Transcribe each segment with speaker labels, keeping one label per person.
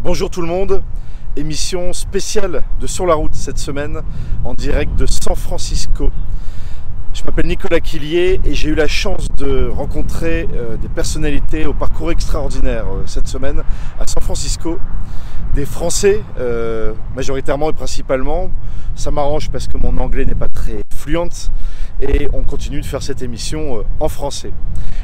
Speaker 1: Bonjour tout le monde, émission spéciale de Sur la route cette semaine en direct de San Francisco. Je m'appelle Nicolas Quillier et j'ai eu la chance de rencontrer euh, des personnalités au parcours extraordinaire euh, cette semaine à San Francisco. Des Français, euh, majoritairement et principalement. Ça m'arrange parce que mon anglais n'est pas très fluente et on continue de faire cette émission euh, en français.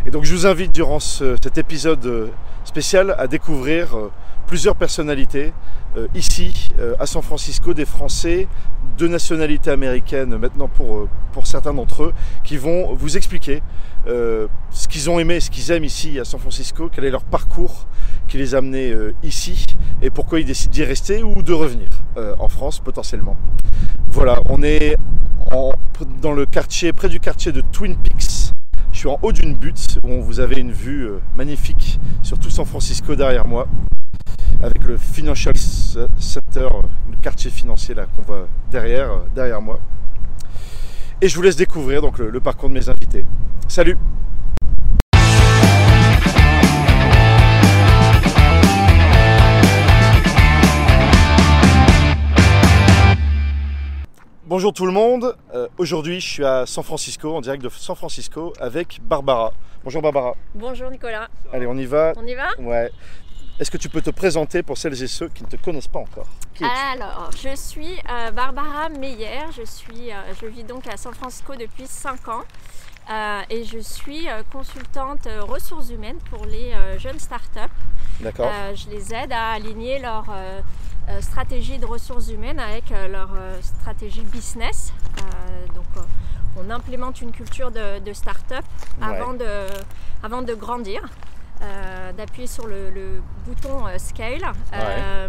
Speaker 1: Et donc je vous invite durant ce- cet épisode euh, spécial à découvrir euh, plusieurs personnalités euh, ici euh, à San Francisco, des Français de nationalité américaine maintenant pour, euh, pour certains d'entre eux, qui vont vous expliquer euh, ce qu'ils ont aimé, ce qu'ils aiment ici à San Francisco, quel est leur parcours qui les a amenés euh, ici et pourquoi ils décident d'y rester ou de revenir euh, en France potentiellement. Voilà, on est en- dans le quartier, près du quartier de Twin Peaks. Je suis en haut d'une butte où vous avez une vue euh, magnifique sur tout San Francisco derrière moi, avec le Financial S- Center, euh, le quartier financier là qu'on voit derrière, euh, derrière moi. Et je vous laisse découvrir donc le, le parcours de mes invités. Salut Bonjour tout le monde. Euh, Aujourd'hui, je suis à San Francisco, en direct de San Francisco, avec Barbara. Bonjour Barbara.
Speaker 2: Bonjour Nicolas,
Speaker 1: Allez, on y va.
Speaker 2: on y va
Speaker 1: Ouais. Est-ce que tu peux te présenter pour celles et ceux qui ne te connaissent pas encore Qui es-tu
Speaker 2: Alors, je suis euh, Barbara Meyer, je, suis, euh, je vis donc à San Francisco depuis 5 ans euh, et je suis euh, consultante euh, ressources humaines pour les euh, jeunes startups.
Speaker 1: D'accord.
Speaker 2: Euh, je les aide à aligner leur euh, euh, stratégie de ressources humaines avec euh, leur euh, stratégie business. Euh, donc, euh, on implémente une culture de, de start-up
Speaker 1: Ouais.
Speaker 2: euh, avant, de, avant de grandir, euh, d'appuyer sur le, le bouton euh, scale. Euh,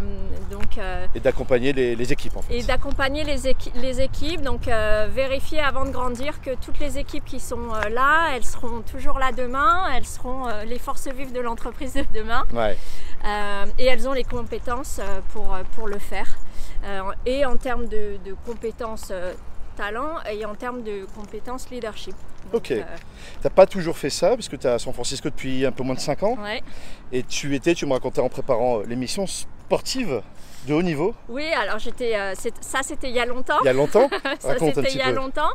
Speaker 2: donc, euh,
Speaker 1: Et d'accompagner les, les équipes en fait.
Speaker 2: et d'accompagner les, équi- les équipes, donc euh, vérifier avant de grandir que toutes les équipes qui sont euh, là, elles seront toujours là demain, elles seront euh, les forces vives de l'entreprise de demain.
Speaker 1: Ouais.
Speaker 2: Euh, et elles ont les compétences euh, pour, euh, pour le faire. Euh, et en termes de, de compétences euh, talent et en termes de compétences leadership. Donc,
Speaker 1: Ok.
Speaker 2: euh,
Speaker 1: T'as pas toujours fait ça parce que tu es à San Francisco depuis un peu moins de 5 ans
Speaker 2: ouais.
Speaker 1: et tu étais, tu me racontais en préparant euh, l'émission sportive de haut niveau
Speaker 2: Oui, alors j'étais, euh, c'est- ça c'était il y a longtemps.
Speaker 1: il y a longtemps.
Speaker 2: ça
Speaker 1: Raconte un
Speaker 2: c'était
Speaker 1: petit
Speaker 2: il y a
Speaker 1: peu.
Speaker 2: longtemps.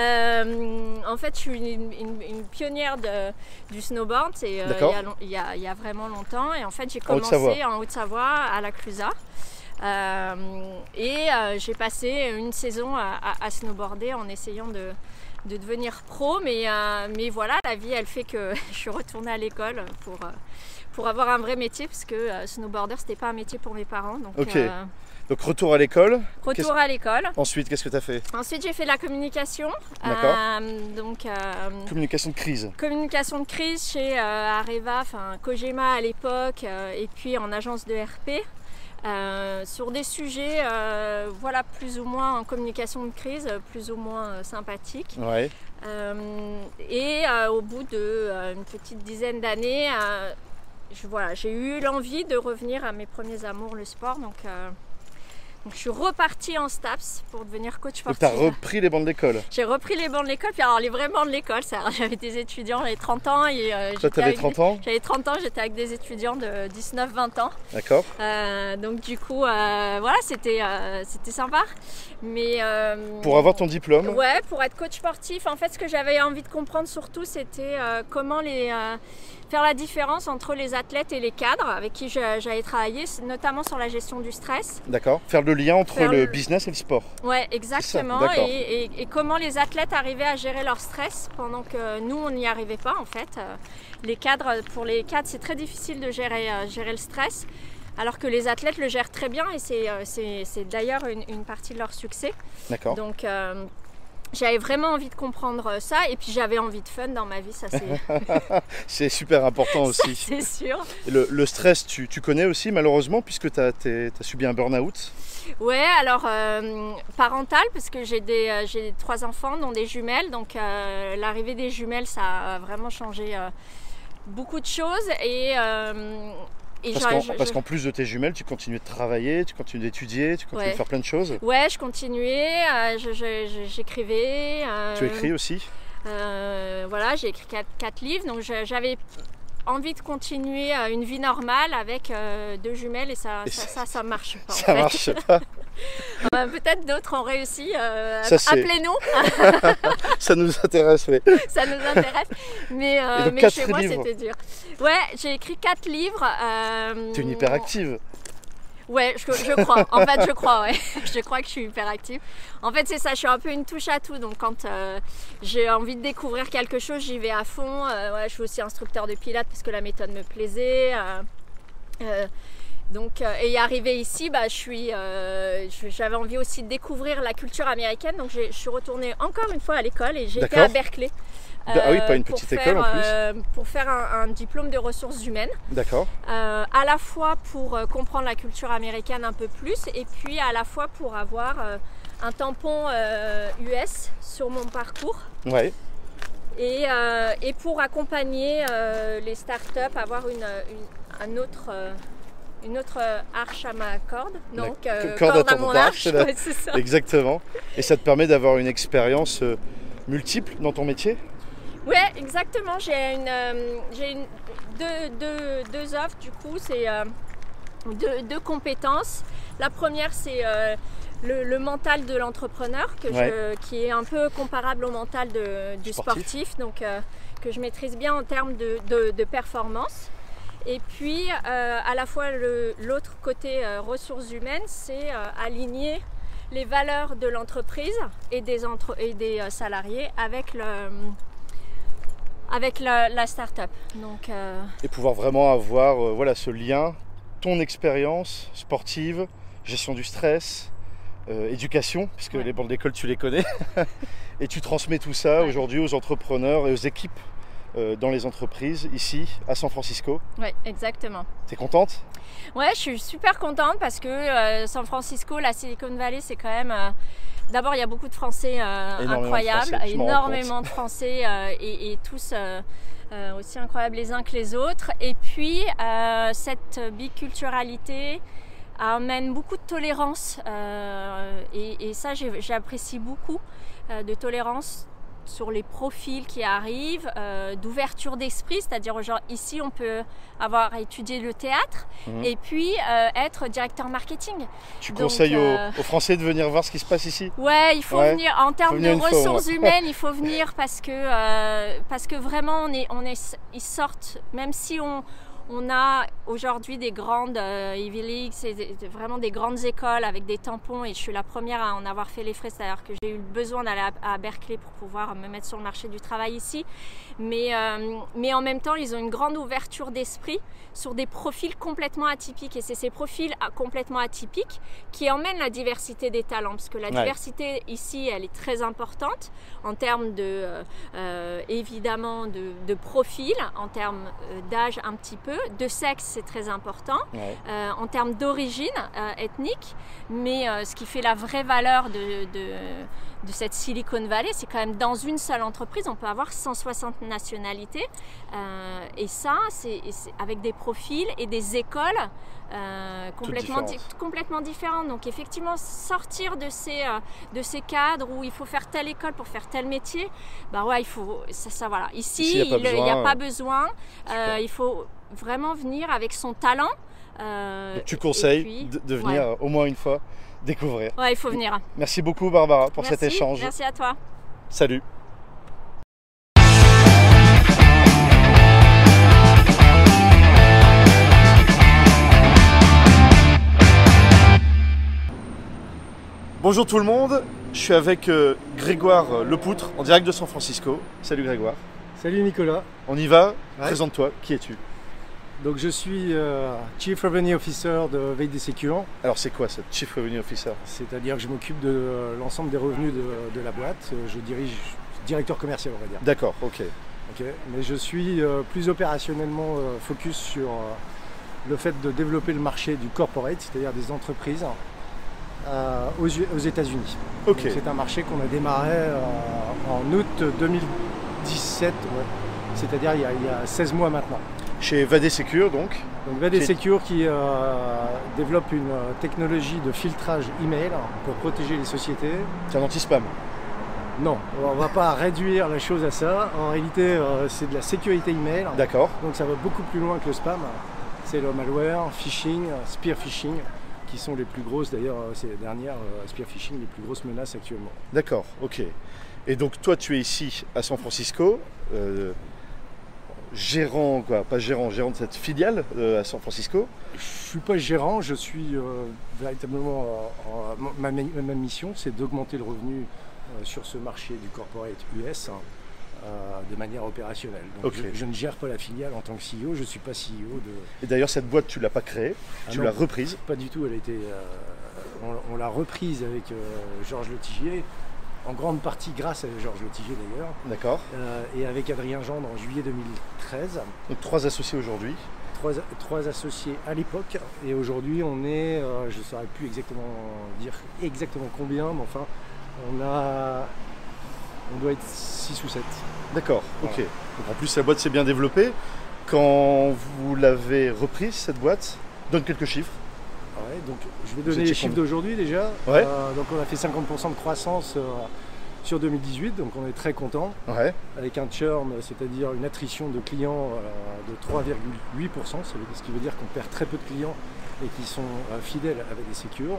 Speaker 2: Euh, en fait, je suis une, une- une pionnière de- du snowboard. C'est euh, il,
Speaker 1: D'accord.
Speaker 2: y a, long- il y a- il y a vraiment longtemps. Et en fait, j'ai
Speaker 1: En Haute-Savoie.
Speaker 2: commencé en Haute-Savoie à la Clusa. Euh, et euh, j'ai passé une saison à, à- à snowboarder en essayant de, de devenir pro. Mais, euh, mais voilà, la vie, elle fait que je suis retournée à l'école pour, euh, pour avoir un vrai métier. Parce que euh, snowboarder, c'était pas un métier pour mes parents. Donc,
Speaker 1: Ok.
Speaker 2: euh,
Speaker 1: Donc retour à l'école. Qu'est-ce-
Speaker 2: retour à l'école.
Speaker 1: Ensuite, qu'est-ce que tu as fait
Speaker 2: Ensuite, j'ai fait de la communication.
Speaker 1: D'accord.
Speaker 2: Euh, donc, euh,
Speaker 1: Communication de crise.
Speaker 2: communication de crise chez euh, Areva, enfin Kojima à l'époque, euh, et puis en agence de RP. euh, sur des sujets euh, voilà plus ou moins en communication de crise euh, plus ou moins euh, sympathiques
Speaker 1: Ouais.
Speaker 2: Euh, et euh, au bout de euh, une petite dizaine d'années euh, je- voilà, j'ai eu l'envie de revenir à mes premiers amours le sport donc, euh, donc je suis repartie en STAPS pour devenir coach
Speaker 1: Donc
Speaker 2: sportif
Speaker 1: tu as repris les bancs de l'école.
Speaker 2: j'ai repris les bancs de l'école, puis alors les vrais bancs de l'école, ça, j'avais des étudiants, j'avais 30 ans et euh,
Speaker 1: Toi, tu
Speaker 2: j'étais
Speaker 1: avais
Speaker 2: avec-
Speaker 1: 30 ans.
Speaker 2: J'avais 30 ans, j'étais avec des étudiants de 19-20 ans.
Speaker 1: D'accord.
Speaker 2: Euh, donc du coup, euh, voilà, c'était, euh, c'était sympa. Mais, euh,
Speaker 1: Pour avoir ton diplôme.
Speaker 2: Ouais, pour être coach sportif, en fait, ce que j'avais envie de comprendre surtout, c'était euh, comment les, euh, faire la différence entre les athlètes et les cadres avec qui je- j'avais travaillé, notamment sur la gestion du stress.
Speaker 1: D'accord. Faire le lien entre
Speaker 2: Faire
Speaker 1: le
Speaker 2: le-
Speaker 1: business et le sport.
Speaker 2: Ouais, exactement.
Speaker 1: d'accord.
Speaker 2: et, et- et comment les athlètes arrivaient à gérer leur stress pendant que nous, on n'y arrivait pas, en fait. Euh, Les cadres, pour les cadres, c'est très difficile de gérer, euh, gérer le stress, alors que les athlètes le gèrent très bien et c'est, euh, c'est, c'est d'ailleurs une, une partie de leur succès.
Speaker 1: D'accord.
Speaker 2: Donc, euh, j'avais vraiment envie de comprendre euh, ça et puis j'avais envie de fun dans ma vie, ça c'est,
Speaker 1: C'est super important aussi.
Speaker 2: c'est sûr.
Speaker 1: Et Le, le stress, tu, tu connais aussi malheureusement, puisque tu as, subi un burn-out.
Speaker 2: Ouais, alors euh, parental, parce que j'ai des euh, j'ai trois enfants, dont des jumelles. Donc euh, l'arrivée des jumelles, ça a vraiment changé euh, beaucoup de choses. Et, euh, et
Speaker 1: Parce
Speaker 2: j'aurais-
Speaker 1: qu'en
Speaker 2: je-
Speaker 1: parce
Speaker 2: je-
Speaker 1: qu'en plus de tes jumelles, tu continues de travailler, tu continues d'étudier, tu continues
Speaker 2: Ouais.
Speaker 1: de faire plein de choses.
Speaker 2: Ouais, je continuais, euh, je- je- je- j'écrivais. euh,
Speaker 1: Tu écris aussi
Speaker 2: euh, Voilà, j'ai écrit quatre, quatre livres. Donc je- j'avais envie de continuer euh, une vie normale avec euh, deux jumelles et ça,
Speaker 1: Et
Speaker 2: ça,
Speaker 1: ça-
Speaker 2: ça, ça marche pas. en
Speaker 1: Ça
Speaker 2: fait.
Speaker 1: marche pas.
Speaker 2: Euh, Peut-être d'autres ont réussi. euh,
Speaker 1: Ça, c'est-
Speaker 2: Appelez-nous,
Speaker 1: Ça nous intéresse, oui.
Speaker 2: ça nous intéresse. Mais, euh,
Speaker 1: Et donc,
Speaker 2: mais
Speaker 1: quatre
Speaker 2: chez moi,
Speaker 1: livres.
Speaker 2: c'était dur. Ouais, j'ai écrit quatre livres. euh,
Speaker 1: T'es une hyperactive.
Speaker 2: Ouais, je, je crois. En fait, je crois, ouais. Je crois que je suis hyper active. En fait, c'est ça, je suis un peu une touche à tout. Donc, quand euh, j'ai envie de découvrir quelque chose, j'y vais à fond. Euh, ouais, je suis aussi instructeur de pilates parce que la méthode me plaisait. Euh, euh, donc, euh, et arrivé ici, bah, je suis, euh, je- j'avais envie aussi de découvrir la culture américaine. Donc, j'ai- je suis retournée encore une fois à l'école et j'ai été à
Speaker 1: D'accord.
Speaker 2: Berkeley.
Speaker 1: Ah oui, pas une
Speaker 2: pour
Speaker 1: petite
Speaker 2: faire,
Speaker 1: école, en plus.
Speaker 2: euh, pour faire un- un diplôme de ressources humaines
Speaker 1: D'accord.
Speaker 2: euh, à la fois pour euh, comprendre la culture américaine un peu plus et puis à la fois pour avoir euh, un tampon euh, US sur mon parcours
Speaker 1: Ouais.
Speaker 2: et, euh, et pour accompagner euh, les startups, avoir une, une- un autre, euh, une autre euh, arche à ma corde. Donc, euh,
Speaker 1: corde à
Speaker 2: corde à
Speaker 1: ton
Speaker 2: mon
Speaker 1: arche,
Speaker 2: arche,
Speaker 1: là.
Speaker 2: ouais, c'est ça.
Speaker 1: Exactement. Et ça te permet d'avoir une expérience euh, multiple dans ton métier
Speaker 2: Ouais, exactement. J'ai une, euh, j'ai une- deux, deux- deux offres du coup, c'est euh, deux, deux compétences. La première, c'est euh, le, le mental de l'entrepreneur, que je-
Speaker 1: Ouais.
Speaker 2: qui est un peu comparable au mental de- du
Speaker 1: Sportif.
Speaker 2: sportif, donc euh, que je maîtrise bien en termes de, de- de performance. Et puis, euh, à la fois le- l'autre côté euh, ressources humaines, c'est euh, aligner les valeurs de l'entreprise et des, entre- et des euh, salariés avec le, avec la, la start-up. Donc, euh,
Speaker 1: et pouvoir vraiment avoir euh, voilà, ce lien, ton expérience sportive, gestion du stress, euh, éducation, puisque
Speaker 2: Ouais.
Speaker 1: les bandes d'école, tu les connais. et tu transmets tout ça
Speaker 2: Ouais.
Speaker 1: aujourd'hui aux entrepreneurs et aux équipes euh, dans les entreprises, ici, à San Francisco.
Speaker 2: ouais, exactement.
Speaker 1: T'es contente
Speaker 2: Ouais, je suis super contente parce que euh, San Francisco, la Silicon Valley, c'est quand même. euh, D'abord, il y a beaucoup de Français euh,
Speaker 1: Énormément de
Speaker 2: incroyables,
Speaker 1: Français, je m'en rends
Speaker 2: énormément de Français euh, et, et tous euh, euh, aussi incroyables les uns que les autres. Et puis, euh, cette biculturalité amène beaucoup de tolérance euh, et, et ça, j'ai- j'apprécie beaucoup euh, de tolérance sur les profils qui arrivent, euh, d'ouverture d'esprit, c'est-à-dire genre ici on peut avoir étudié le théâtre
Speaker 1: Mhm.
Speaker 2: et puis euh, être directeur marketing.
Speaker 1: Tu
Speaker 2: Donc,
Speaker 1: conseilles aux-
Speaker 2: euh,
Speaker 1: aux Français de venir voir ce qui se passe ici
Speaker 2: Ouais, il faut
Speaker 1: Ouais.
Speaker 2: venir en termes
Speaker 1: venir une
Speaker 2: de
Speaker 1: fois, au moins.
Speaker 2: ressources humaines, il faut venir parce que euh, parce que vraiment on est on est ils sortent même si on on a aujourd'hui des grandes euh, Ivy League, c'est des- des- vraiment des grandes écoles avec des tampons et je suis la première à en avoir fait les frais, c'est-à-dire que j'ai eu besoin d'aller à, à Berkeley pour pouvoir me mettre sur le marché du travail ici. Mais, euh, mais en même temps, ils ont une grande ouverture d'esprit sur des profils complètement atypiques et c'est ces profils ah, complètement atypiques qui emmène la diversité des talents, parce que la
Speaker 1: Ouais.
Speaker 2: diversité ici, elle est très importante en termes de, euh, euh, évidemment, de, de profil, en termes euh, d'âge un petit peu, de sexe, c'est très important,
Speaker 1: Ouais.
Speaker 2: euh, en termes d'origine euh, ethnique, mais euh, ce qui fait la vraie valeur de, de, de cette Silicon Valley, c'est quand même dans une seule entreprise, on peut avoir 160 nationalités, euh, et ça, c'est et c'est avec des profils et des écoles euh, complètement, di-
Speaker 1: différentes.
Speaker 2: complètement différentes. Donc effectivement, sortir de ces, euh, de ces cadres où il faut faire telle école pour faire tel métier, bah ouais, il faut, ça, ça voilà.
Speaker 1: Ici,
Speaker 2: Ici,
Speaker 1: il y a pas
Speaker 2: il n'y
Speaker 1: besoin,
Speaker 2: a
Speaker 1: euh,
Speaker 2: pas besoin,
Speaker 1: super.
Speaker 2: Euh, il faut vraiment venir avec son talent. Euh,
Speaker 1: Donc tu
Speaker 2: et- et
Speaker 1: conseilles
Speaker 2: puis-
Speaker 1: de, de venir
Speaker 2: ouais.
Speaker 1: euh, au moins une fois découvrir.
Speaker 2: Ouais, il faut venir.
Speaker 1: Merci beaucoup Barbara pour cet
Speaker 2: Merci,
Speaker 1: échange.
Speaker 2: Merci à toi.
Speaker 1: Salut. Bonjour tout le monde, je suis avec euh, Grégoire euh, Lepoutre en direct de San Francisco. Salut Grégoire.
Speaker 3: Salut Nicolas,
Speaker 1: On y va,
Speaker 3: Ouais.
Speaker 1: présente-toi, qui es-tu
Speaker 3: donc je suis euh, Chief Revenue Officer de VD Secure,
Speaker 1: Alors c'est quoi ce Chief Revenue Officer
Speaker 3: c'est-à-dire que je m'occupe de euh, l'ensemble des revenus de, de la boîte. Euh, Je dirige, je suis directeur commercial on va dire,
Speaker 1: D'accord, ok.
Speaker 3: ok. mais je suis euh, plus opérationnellement euh, focus sur euh, le fait de développer le marché du corporate, c'est-à-dire des entreprises, euh, aux, U- aux États-Unis.
Speaker 1: Ok,
Speaker 3: Donc C'est un marché qu'on a démarré euh, en août 2017, ouais. c'est-à-dire il, y a- il y a 16 mois maintenant.
Speaker 1: chez Vadé Secure donc.
Speaker 3: Donc Valley
Speaker 1: Qui-
Speaker 3: Secure qui euh, développe une euh, technologie de filtrage email pour protéger les sociétés.
Speaker 1: C'est un anti-spam.
Speaker 3: Non, on va pas réduire la chose à ça. En réalité, euh, c'est de la sécurité email.
Speaker 1: D'accord.
Speaker 3: Donc ça va beaucoup plus loin que le spam. C'est le malware, phishing, euh, spear phishing, qui sont les plus grosses d'ailleurs euh, ces dernières euh, spear phishing, les plus grosses menaces actuellement.
Speaker 1: D'accord, ok. Et donc toi, tu es ici à San Francisco, euh, gérant, quoi, pas gérant, gérant de cette filiale euh, à San Francisco.
Speaker 3: Je suis pas gérant, je suis euh, véritablement euh, en- ma, ma- ma mission, c'est d'augmenter le revenu euh, sur ce marché du corporate US hein, euh, de manière opérationnelle. Donc
Speaker 1: Ok.
Speaker 3: je, je ne gère pas la filiale en tant que CEO, je ne suis pas CEO de.
Speaker 1: Et d'ailleurs, cette boîte, tu l'as pas créée,
Speaker 3: Ah
Speaker 1: tu
Speaker 3: non,
Speaker 1: l'as reprise.
Speaker 3: Pas du tout, elle a été, euh, on, on l'a reprise avec euh, Georges Letigier, en grande partie grâce à Georges Letigier d'ailleurs,
Speaker 1: D'accord.
Speaker 3: euh, et avec Adrien Gendre en juillet 2013.
Speaker 1: Donc trois associés aujourd'hui.
Speaker 3: trois, trois associés à l'époque et aujourd'hui on est, euh, je ne saurais plus exactement dire exactement combien, mais enfin on a, on doit être 6 ou 7.
Speaker 1: D'accord, ok.
Speaker 3: Voilà.
Speaker 1: Donc, en plus, la boîte s'est bien développée. Quand vous l'avez reprise, cette boîte, donne quelques chiffres.
Speaker 3: Ah Ouais, donc je vais
Speaker 1: Vous
Speaker 3: donner
Speaker 1: étiez
Speaker 3: les chiffres
Speaker 1: combien
Speaker 3: d'aujourd'hui déjà.
Speaker 1: Ouais.
Speaker 3: Euh, donc on a fait 50% de croissance euh, sur 2018, donc on est très content
Speaker 1: Ouais.
Speaker 3: avec un churn, c'est-à-dire une attrition de clients euh, de 3,8%, ça veut- ce qui veut dire qu'on perd très peu de clients et qui sont euh, fidèles avec les sécures.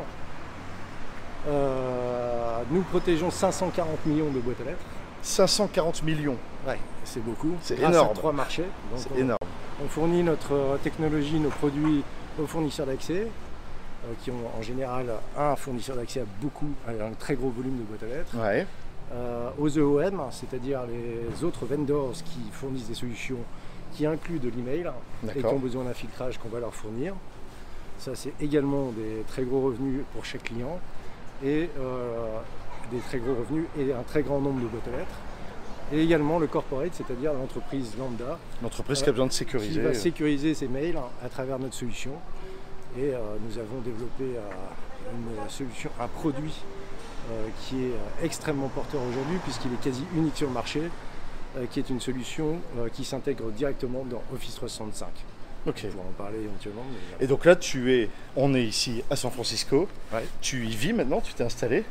Speaker 3: Euh, nous protégeons 540 millions de boîtes à lettres.
Speaker 1: 540 millions,
Speaker 3: Ouais, c'est beaucoup.
Speaker 1: C'est
Speaker 3: Grâce
Speaker 1: énorme.
Speaker 3: à trois marchés. Donc,
Speaker 1: c'est
Speaker 3: on-
Speaker 1: énorme.
Speaker 3: on fournit notre euh, technologie, nos produits aux fournisseurs d'accès, euh, qui ont en général un fournisseur d'accès à beaucoup, à un très gros volume de boîtes à lettres
Speaker 1: Ouais.
Speaker 3: euh, aux EOM, c'est-à-dire les autres vendors qui fournissent des solutions qui incluent de l'email et qui
Speaker 1: D'accord.
Speaker 3: ont besoin d'un filtrage qu'on va leur fournir. Ça, c'est également des très gros revenus pour chaque client et euh, des très gros revenus et un très grand nombre de boîtes aux lettres. Et également le corporate, c'est-à-dire l'entreprise lambda
Speaker 1: L'entreprise qui a besoin de
Speaker 3: qui
Speaker 1: sécuriser. euh,
Speaker 3: va sécuriser ses mails hein, à travers notre solution. Et euh, nous avons développé euh, une solution, un produit euh, qui est euh, extrêmement porteur aujourd'hui puisqu'il est quasi unique sur le marché, euh, qui est une solution euh, qui s'intègre directement dans Office 365.
Speaker 1: Ok.
Speaker 3: On pourra en parler éventuellement. mais, euh,
Speaker 1: Et donc là, tu es, on est ici à San Francisco.
Speaker 3: Ouais.
Speaker 1: Tu y vis maintenant, tu t'es installé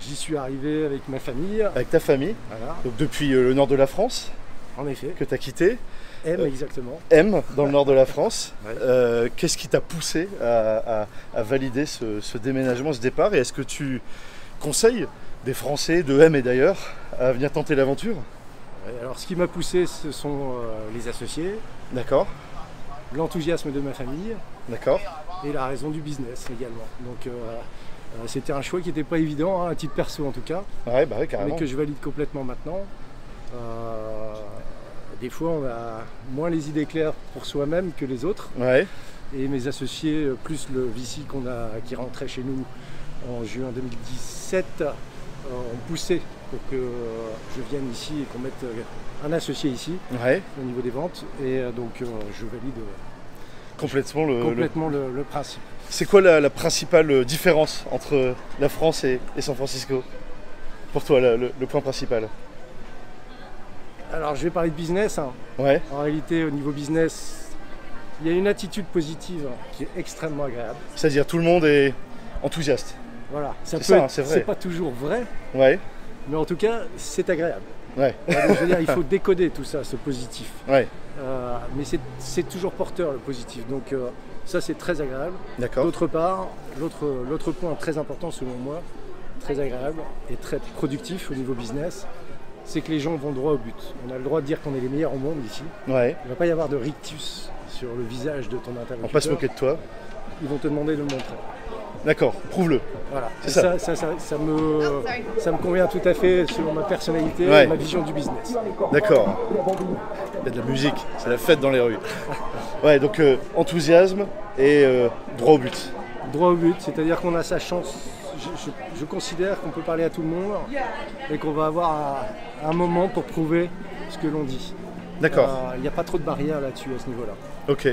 Speaker 3: J'y suis arrivé avec ma famille.
Speaker 1: avec ta famille.
Speaker 3: Voilà,
Speaker 1: Donc depuis euh, le nord de la France
Speaker 3: en effet.
Speaker 1: que tu as quitté,
Speaker 3: M
Speaker 1: Euh,
Speaker 3: exactement.
Speaker 1: M dans le nord de la France.
Speaker 3: Ouais.
Speaker 1: Euh, Qu'est-ce qui t'a poussé à, à- à valider ce, ce déménagement, ce départ Et est-ce que tu conseilles des Français de M et d'ailleurs à venir tenter l'aventure
Speaker 3: Ouais, Alors ce qui m'a poussé, ce sont euh, les associés,
Speaker 1: D'accord,
Speaker 3: l'enthousiasme de ma famille.
Speaker 1: d'accord.
Speaker 3: et la raison du business également. Donc euh, euh, c'était un choix qui n'était pas évident, hein, à titre perso en tout cas,
Speaker 1: Ouais, bah ouais,
Speaker 3: mais
Speaker 1: carrément.
Speaker 3: que je valide complètement maintenant. Euh, des fois on a moins les idées claires pour soi-même que les autres.
Speaker 1: Ouais,
Speaker 3: Et mes associés, euh, plus le VC qu'on a, qui rentrait chez nous en juin 2017, euh, ont poussé pour que euh, je vienne ici et qu'on mette euh, un associé ici
Speaker 1: ouais,
Speaker 3: au niveau des ventes. Et euh, donc euh, je valide euh,
Speaker 1: complètement Euh, le. le-
Speaker 3: complètement le- le principe.
Speaker 1: C'est quoi la, la principale euh, différence entre la France et, et San Francisco Pour toi, la- le, le point principal
Speaker 3: Alors je vais parler de business. hein.
Speaker 1: Ouais,
Speaker 3: En réalité, au niveau business, il y a une attitude positive hein, qui est extrêmement agréable.
Speaker 1: c'est-à-dire tout le monde est enthousiaste.
Speaker 3: Voilà, ça
Speaker 1: C'est ça,
Speaker 3: être-
Speaker 1: hein, c'est vrai.
Speaker 3: C'est pas toujours vrai,
Speaker 1: Ouais,
Speaker 3: mais en tout cas, c'est agréable.
Speaker 1: ouais,
Speaker 3: Donc, je veux dire, il faut décoder tout ça, ce positif.
Speaker 1: ouais,
Speaker 3: Euh, mais c'est- c'est toujours porteur le positif. Donc euh, ça, c'est très agréable.
Speaker 1: d'accord.
Speaker 3: D'autre part, l'autre l'autre point très important selon moi, très agréable et très productif au niveau business, c'est que les gens vont droit au but. On a le droit de dire qu'on est les meilleurs au monde ici.
Speaker 1: Ouais,
Speaker 3: Il ne va pas y avoir de rictus sur le visage de ton interlocuteur.
Speaker 1: on passe moquer de toi.
Speaker 3: Ils vont te demander de le montrer.
Speaker 1: D'accord, prouve-le.
Speaker 3: Voilà.
Speaker 1: C'est
Speaker 3: Et
Speaker 1: ça.
Speaker 3: ça. Ça, ça- ça me, ça me convient tout à fait selon ma personnalité
Speaker 1: Ouais.
Speaker 3: et ma vision du business.
Speaker 1: D'accord. Il y a de la musique, c'est la fête dans les rues. Ouais, donc euh, enthousiasme et euh, droit au but.
Speaker 3: Droit au but, c'est-à-dire qu'on a sa chance. Je, je- je considère qu'on peut parler à tout le monde et qu'on va avoir un, un moment pour prouver ce que l'on dit.
Speaker 1: D'accord,
Speaker 3: Euh, Il n'y a pas trop de barrières là-dessus à ce niveau-là.
Speaker 1: ok.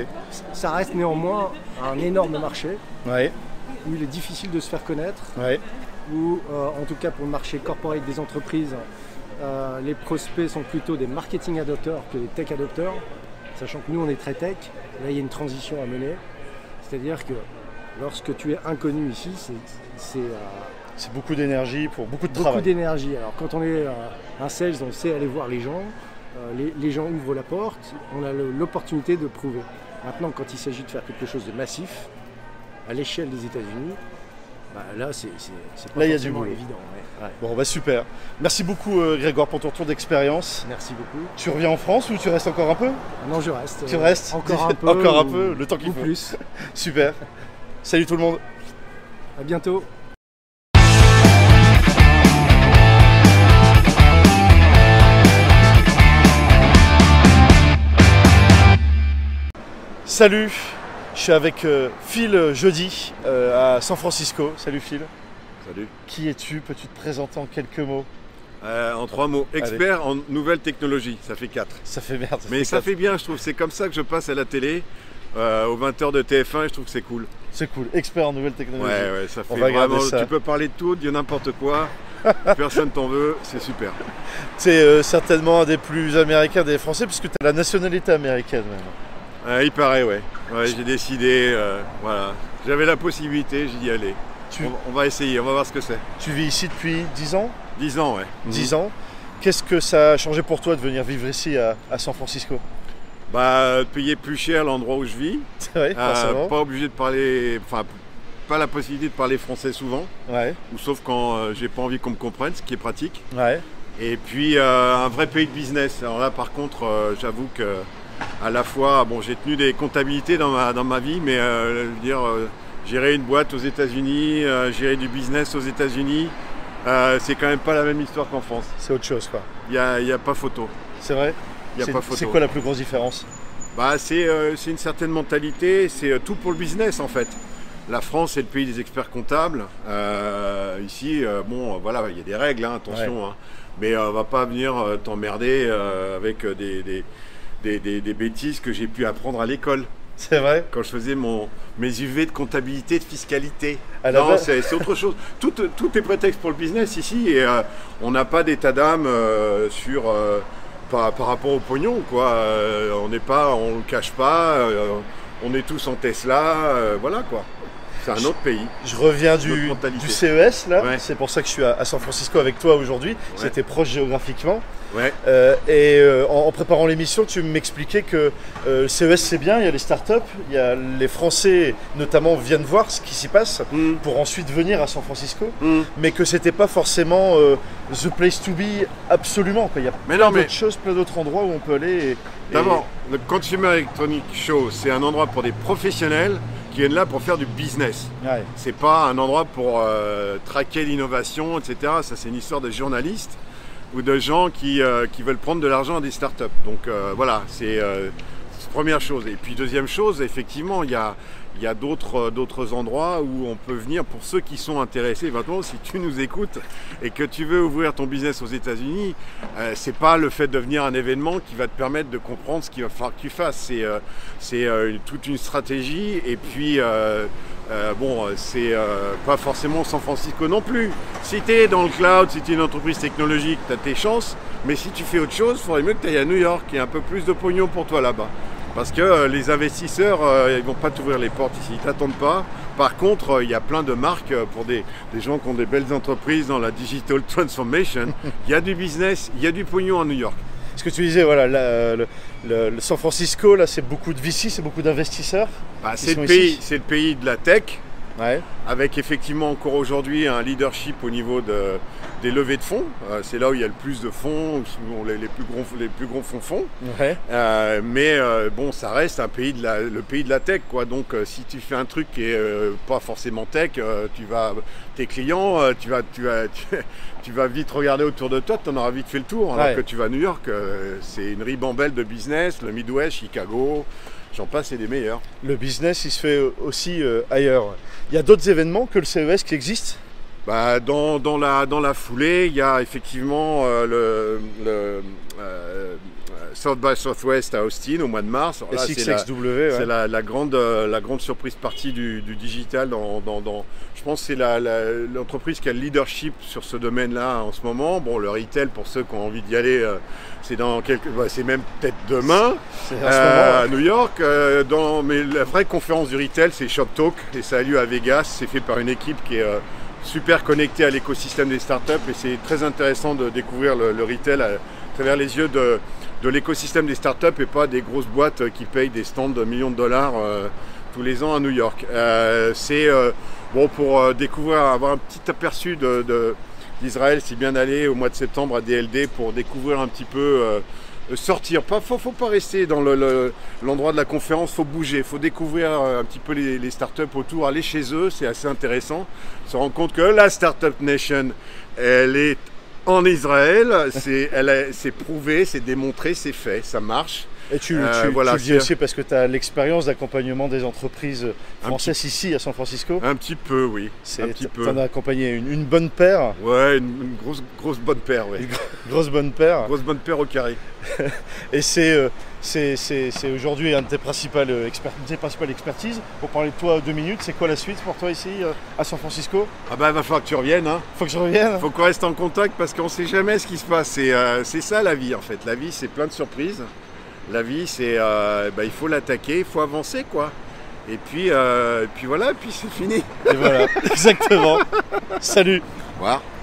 Speaker 3: Ça reste néanmoins un énorme marché
Speaker 1: Ouais,
Speaker 3: où il est difficile de se faire connaître,
Speaker 1: ouais,
Speaker 3: où euh, en tout cas pour le marché corporate des entreprises, euh, les prospects sont plutôt des marketing adopteurs que des tech adopteurs, sachant que nous on est très tech, là il y a une transition à mener, c'est-à-dire que lorsque tu es inconnu ici, c'est- c'est euh,
Speaker 1: C'est beaucoup d'énergie pour beaucoup de
Speaker 3: Beaucoup
Speaker 1: travail.
Speaker 3: d'énergie. Alors quand on est euh, un sales, on sait aller voir les gens. Euh, les, les gens ouvrent la porte, on a le- l'opportunité de prouver. Maintenant, quand il s'agit de faire quelque chose de massif, à l'échelle des États-Unis, bah, là, c'est c'est- c'est pas
Speaker 1: Là, il y a du
Speaker 3: forcément
Speaker 1: boulot.
Speaker 3: évident. ouais. Ouais.
Speaker 1: Bon, bah super. Merci beaucoup, euh, Grégoire, pour ton tour d'expérience.
Speaker 3: Merci beaucoup.
Speaker 1: Tu reviens en France ou tu restes encore un peu
Speaker 3: Ah Non, je reste.
Speaker 1: Tu
Speaker 3: euh,
Speaker 1: restes
Speaker 3: Encore un peu.
Speaker 1: Encore un
Speaker 3: ou-
Speaker 1: peu, le temps qu'il
Speaker 3: ou
Speaker 1: faut.
Speaker 3: plus.
Speaker 1: Super. Salut tout le monde.
Speaker 3: À bientôt.
Speaker 1: Salut. Je suis avec euh, Phil jeudi euh, à San Francisco. Salut Phil.
Speaker 4: Salut.
Speaker 1: Qui es-tu Peux-tu te présenter en quelques mots
Speaker 4: Euh, en trois mots, expert en nouvelles technologies, ça fait quatre.
Speaker 1: Ça fait merde.
Speaker 4: Mais ça fait bien, je trouve. C'est comme ça que je passe à la télé, euh, aux 20h de TF1, et je trouve que c'est cool.
Speaker 1: C'est cool. Expert en nouvelles
Speaker 4: Ouais,
Speaker 1: technologies.
Speaker 4: ouais, ça fait
Speaker 1: va garder
Speaker 4: vraiment.
Speaker 1: ça.
Speaker 4: Tu peux parler de tout, dire n'importe quoi, personne t'en veut, c'est super.
Speaker 1: C'est euh, certainement un des plus américains des Français puisque tu as la nationalité américaine même.
Speaker 4: Euh, il paraît, ouais. Ouais, j'ai décidé, euh, voilà. J'avais la possibilité, j'y allais.
Speaker 1: Tu-
Speaker 4: On, on va essayer, on va voir ce que c'est.
Speaker 1: Tu vis ici depuis 10 ans
Speaker 4: 10 ans, ouais.
Speaker 3: Mhm.
Speaker 1: 10 ans. Qu'est-ce que ça a changé pour toi de venir vivre ici à, à San Francisco
Speaker 4: Bah, payer plus cher l'endroit où je vis,
Speaker 1: C'est vrai,
Speaker 3: Ah,
Speaker 4: euh,
Speaker 1: forcément.
Speaker 4: pas obligé de parler, enfin, pas la possibilité de parler français souvent.
Speaker 1: Ouais,
Speaker 4: ou sauf quand euh, j'ai pas envie qu'on me comprenne, ce qui est pratique.
Speaker 1: ouais.
Speaker 4: Et puis euh, un vrai pays de business. Alors là, par contre, euh, j'avoue que à la fois, bon, j'ai tenu des comptabilités dans ma, dans ma vie, mais euh, je veux dire, euh, gérer une boîte aux États-Unis, euh, gérer du business aux États-Unis, euh, c'est quand même pas la même histoire qu'en France.
Speaker 1: C'est autre chose quoi.
Speaker 4: Il n'y a, il y a pas photo.
Speaker 1: C'est vrai
Speaker 4: Il y
Speaker 1: C'est-
Speaker 4: a pas photo.
Speaker 1: C'est quoi la plus grosse différence
Speaker 4: Bah, c'est euh, c'est une certaine mentalité, c'est euh, tout pour le business en fait. La France est le pays des experts comptables. Euh, ici, euh, bon, euh, voilà, il y a des règles, hein, attention. hein. Mais euh, on va pas venir euh, t'emmerder euh, avec euh, des, des, des- des- des bêtises que j'ai pu apprendre à l'école
Speaker 1: C'est vrai
Speaker 4: quand je faisais mon, mes UV de comptabilité, de fiscalité.
Speaker 1: À la
Speaker 4: non,
Speaker 1: base-
Speaker 4: c'est c'est autre chose. Tout, tout est prétexte pour le business ici et euh, on n'a pas d'état d'âme euh, sur euh, par, par rapport au pognon quoi. Euh, on n'est pas, on le cache pas. euh, on est tous en Tesla, euh, voilà quoi. C'est un autre pays.
Speaker 1: Je reviens
Speaker 4: Notre
Speaker 1: du,
Speaker 4: mentalité.
Speaker 1: du CES là,
Speaker 4: Ouais.
Speaker 1: c'est pour ça que je suis à, à San Francisco avec toi aujourd'hui. C'était proche géographiquement.
Speaker 4: Ouais.
Speaker 1: Euh, et euh, en, en préparant l'émission, tu m'expliquais que euh, le CES c'est bien, il y a les startups, il y a les Français notamment viennent voir ce qui s'y passe
Speaker 4: Mm,
Speaker 1: pour ensuite venir à San Francisco,
Speaker 4: mm.
Speaker 1: mais que c'était pas forcément euh, the place to be absolument. quoi. Il y a
Speaker 4: Mais
Speaker 1: plein
Speaker 4: non, mais
Speaker 1: d'autres choses, plein d'autres endroits où on peut aller. et- et-
Speaker 4: d'abord, le Consumer Electronic Show, c'est un endroit pour des professionnels qui viennent là pour faire du business.
Speaker 1: Ouais,
Speaker 4: C'est pas un endroit pour euh, traquer l'innovation, etc. Ça, c'est une histoire de journalistes ou de gens qui, euh, qui veulent prendre de l'argent à des startups. Donc euh, voilà, c'est euh, c'est première chose. Et puis deuxième chose, effectivement, il y a, il y a d'autres euh, d'autres endroits où on peut venir pour ceux qui sont intéressés. Maintenant, si tu nous écoutes et que tu veux ouvrir ton business aux États-Unis, euh, c'est pas le fait de venir à un événement qui va te permettre de comprendre ce qu'il va falloir que tu fasses. C'est euh, c'est euh, une- toute une stratégie et puis euh, euh, bon, euh, c'est euh, pas forcément San Francisco non plus. Si tu es dans le cloud, si tu es une entreprise technologique, tu as tes chances. Mais si tu fais autre chose, il faudrait mieux que tu ailles à New York. Il y a un peu plus de pognon pour toi là-bas. Parce que euh, les investisseurs, euh, ils vont pas t'ouvrir les portes ici, ils t'attendent pas. Par contre, euh, il y a plein de marques euh, pour des, des gens qui ont des belles entreprises dans la digital transformation. Il y a du business, il y a du pognon à New York.
Speaker 1: Ce que tu disais, voilà, la- le, le- le San Francisco, là, c'est beaucoup de VC, c'est beaucoup d'investisseurs.
Speaker 4: Bah,
Speaker 1: Ils
Speaker 4: c'est
Speaker 1: sont
Speaker 4: le pays,
Speaker 1: ici.
Speaker 4: c'est le pays de la tech.
Speaker 1: Ouais.
Speaker 4: avec effectivement encore aujourd'hui un leadership au niveau de- des levées de fonds. Euh, c'est là où il y a le plus de fonds, où sont les, les plus gros, les plus gros fonds fonds.
Speaker 1: Ouais.
Speaker 4: Euh, mais euh, bon, ça reste un pays de la, le pays de la tech, quoi. Donc, euh, si tu fais un truc qui est euh, pas forcément tech, euh, tu vas, tes clients, euh, tu vas, tu vas, tu, tu vas vite regarder autour de toi, tu en auras vite fait le tour. Alors
Speaker 1: Ouais.
Speaker 4: que tu vas à New York, euh, c'est une ribambelle de business, le Midwest, Chicago, j'en passe, c'est des meilleurs.
Speaker 1: Le business, il se fait aussi euh, ailleurs. Il y a d'autres événements que le CES qui existent.
Speaker 4: Bah, dans, dans la, dans la foulée, il y a effectivement euh, le, le, euh, South by Southwest à Austin au mois de mars. Alors
Speaker 1: La
Speaker 4: là, c'est la-
Speaker 1: SXXW,
Speaker 4: c'est
Speaker 1: ouais.
Speaker 4: la, la grande, euh, la grande surprise partie du, du digital. Dans, dans- dans- je pense que c'est la- la- l'entreprise qui a le leadership sur ce domaine-là en ce moment. Bon, le retail, pour ceux qui ont envie d'y aller, euh, c'est dans quelques, bah, c'est même peut-être demain
Speaker 1: C'est en ce
Speaker 4: euh,
Speaker 1: moment,
Speaker 4: à New York. euh, dans, mais la vraie conférence du retail, c'est Shop Talk et ça a lieu à Vegas. C'est fait par une équipe qui est euh, super connectés à l'écosystème des startups et c'est très intéressant de découvrir le, le retail à travers les yeux de, de l'écosystème des startups et pas des grosses boîtes euh, qui payent des stands de millions de dollars euh, tous les ans à New York. Euh, c'est euh, bon pour découvrir, avoir un petit aperçu de, de- d'Israël, si bien aller au mois de septembre à DLD pour découvrir un petit peu. euh, Sortir, pas, faut, faut pas rester dans l'endroit le, l'endroit de la conférence, faut bouger, faut découvrir euh, un petit peu les, les startups autour, aller chez eux, c'est assez intéressant. On se rend compte que la Startup Nation, elle est en Israël, c'est elle a- c'est prouvé, c'est démontré, c'est fait, ça marche.
Speaker 1: Et tu,
Speaker 4: Euh,
Speaker 1: tu-
Speaker 4: voilà,
Speaker 1: tu le dis
Speaker 4: c'est-
Speaker 1: aussi parce que tu as l'expérience d'accompagnement des entreprises
Speaker 4: petit-
Speaker 1: françaises ici à San Francisco.
Speaker 4: Un petit peu, oui. un petit peu.
Speaker 1: Tu en as accompagné une, une bonne paire,
Speaker 4: Ouais, une, une grosse, grosse bonne paire, ouais.
Speaker 1: grosse bonne paire.
Speaker 4: Grosse bonne paire au carré.
Speaker 1: Et c'est euh, c'est- c'est- c'est aujourd'hui un de tes principales, euh, expert- tes principales expertises. Pour parler de toi deux minutes, c'est quoi la suite pour toi ici euh, à San Francisco
Speaker 4: Ah bah, va falloir que tu reviennes, hein.
Speaker 1: Faut que je revienne
Speaker 4: Faut qu'on reste en contact parce qu'on sait jamais ce qui se passe. C'est euh, c'est ça la vie en fait. La vie c'est plein de surprises. La vie c'est euh, bah, il faut l'attaquer, il faut avancer quoi. Et puis, euh, et puis voilà, et puis c'est fini.
Speaker 1: Et voilà, exactement. Salut
Speaker 4: Au revoir.